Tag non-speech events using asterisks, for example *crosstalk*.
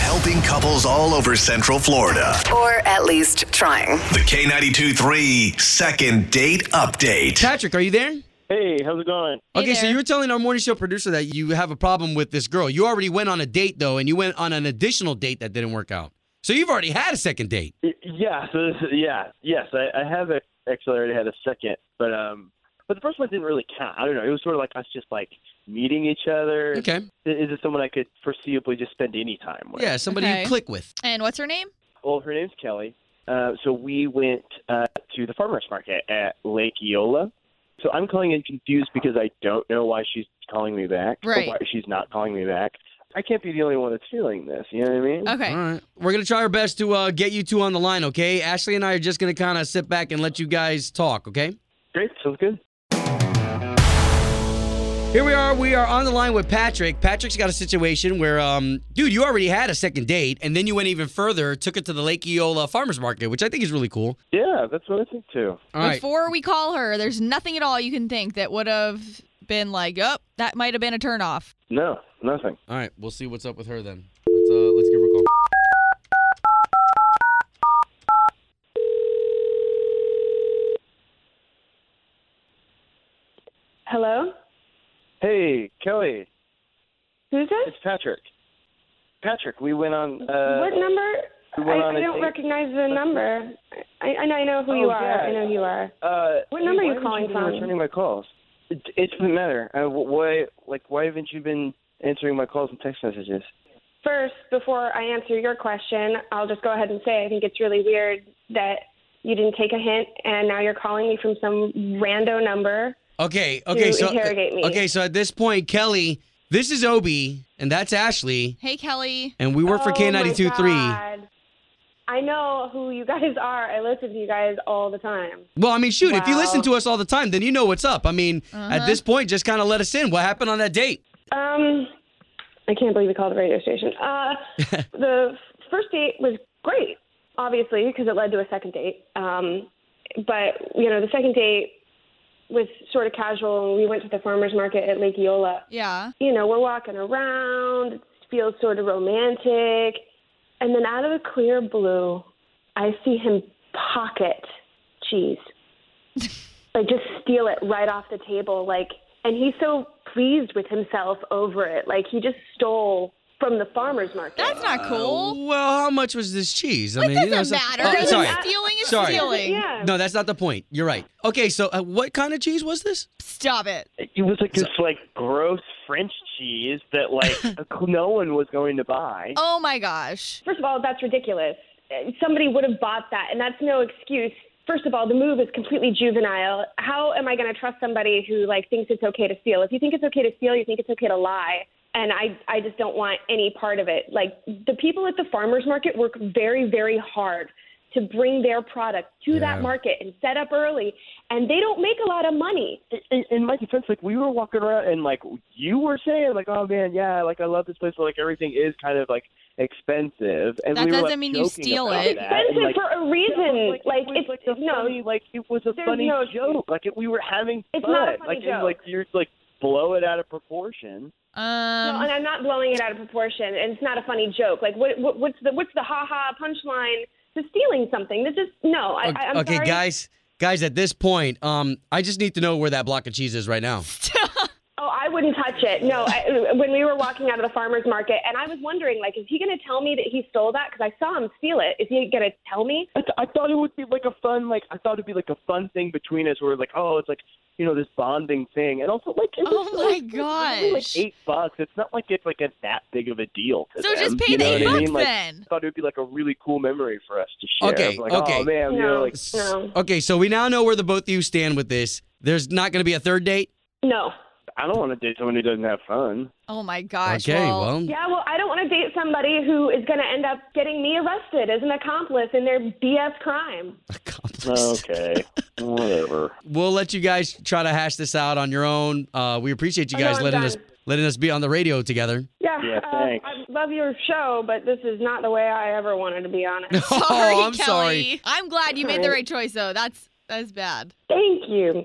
helping couples all over Central Florida. Or at least trying. The K92 3 Second Date Update. Patrick, are you there? Hey, how's it going? okay, so you were telling our morning show producer that you have a problem with this girl. You already went on a date though, and you went on an additional date that didn't work out. So you've already had a second date. Y- Yeah, so this, yeah, yes, I, I have a, actually already had a second, but um, but the first one didn't really count. I don't know. It was sort of like us just like meeting each other. Okay. I- Is it someone I could foreseeably just spend any time with? Yeah, somebody Okay. you click with. And what's her name? Well, her name's Kelly. Uh, so we went uh, to the farmers market at Lake Eola. So I'm calling in confused because I don't know why she's calling me back. or Right. why she's not calling me back. I can't be the only one that's feeling this. You know what I mean? Okay. All right. We're going to try our best to uh, get you two on the line, okay? Ashley and I are just going to kind of sit back and let you guys talk, okay? Great. Sounds good. Here we are. We are on the line with Patrick. Patrick's got a situation where, um, dude, you already had a second date, and then you went even further, took it to the Lake Eola Farmers Market, which I think is really cool. Yeah, that's what I think too. All right. Before we call her, there's nothing at all you can think that would have been like, oh, that might have been a turnoff. No, nothing. All right, we'll see what's up with her then. Let's uh, let's give her a call. Hello? Hey, Kelly, Who's this? it's Patrick. Patrick, we went on. Uh, what number? we went I, on I a don't date. recognize the number. I, I know I know who Oh, you are. yeah. I know who you are. Uh, What why number are you haven't calling been from? Returning my calls. It, it doesn't matter. Uh, wh- why, like, why haven't you been answering my calls and text messages? First, before I answer your question, I'll just go ahead and say I think it's really weird that you didn't take a hint and now you're calling me from some rando number. Okay, okay, so interrogate me. okay, so at this point, Kelly, this is Obi, and that's Ashley, Hey, Kelly. and we work for K ninety two three. three. Oh I know who you guys are. I listen to you guys all the time. Well, I mean, shoot, if you Wow. listen to us all the time, then you know what's up. I mean, Uh-huh. at this point, just kind of let us in. What happened on that date? Um, I can't believe you called the radio station. Uh, the first date was great, obviously, because it led to a second date. Um, but you know, the second date was sort of casual, and we went to the farmers market at Lake Eola. Yeah. You know, we're walking around; it feels sort of romantic. And then out of the clear blue, I see him pocket cheese. like just steal it right off the table like and he's so pleased with himself over it like he just stole from the farmers market That's Uh, not cool. Well, how much was this cheese? I it doesn't it's not- matter. Oh, Doesn't sorry. matter. Stealing is Sorry. stealing. yeah No, that's not the point. You're right. Okay, so uh, what kind of cheese was this? Stop it. It was like this, like, gross French cheese that, *laughs* like, no one was going to buy. Oh my gosh. first of all that's ridiculous Uh, somebody would have bought that and that's no excuse first of all the move is completely juvenile how am i going to trust somebody who like thinks it's okay to steal if you think it's okay to steal you think it's okay to lie and I, I just don't want any part of it. Like the people at the farmers market work very, very hard to bring their product to Yeah. that market and set up early, and they don't make a lot of money. in, in my defense, like we were walking around and like you were saying, like, oh man, yeah, like I love this place, but like everything is kind of like expensive. And That we were, doesn't like, mean you joking steal about it. that, and, expensive like, for a it reason. was, like, it was, it's like a no, funny, like it was a there's funny no- joke. Like it, we were having It's fun. not a funny like and, joke. like you're like blow it out of proportion. No, and Um, I'm not blowing it out of proportion, and it's not a funny joke. Like, what, what what's the what's the ha ha punchline to stealing something? This is no. I, I, I'm okay, sorry. guys, guys, at this point, um, I just need to know where that block of cheese is right now. Oh, I wouldn't touch it. No, I, when we were walking out of the farmers market, and I was wondering, like, is he going to tell me that he stole that? Because I saw him steal it. Is he going to tell me? I, th- I thought it would be like a fun, like I thought it'd be like a fun thing between us, where like oh, it's like you know this bonding thing, and also like *laughs* it *laughs* Oh was, my like, it was only, gosh. like eight bucks. It's not like it's like a, that big of a deal. To so them, just pay you the know eight what I bucks mean? Like, then. thought it would be like a really cool memory for us to share. Okay, like, okay. Oh man, you know, No. like No. Okay, so we now know where the both of you stand with this. There's not going to be a third date. No. I don't want to date someone who doesn't have fun. *laughs* Oh my gosh. okay, well, well, Yeah, well, I don't want to date somebody who is going to end up getting me arrested as an accomplice in their BS crime. accomplished. Okay, whatever. We'll let you guys try to hash this out on your own. Uh, we appreciate you Oh, no, guys I'm letting done. us letting us be on the radio together. *laughs* Yeah, Yeah, uh, thanks. I love your show, but this is not the way I ever wanted to be on it. *laughs* *laughs* sorry, oh, I'm Kelly. sorry. I'm glad you made the right choice though. That's that's bad. Thank you.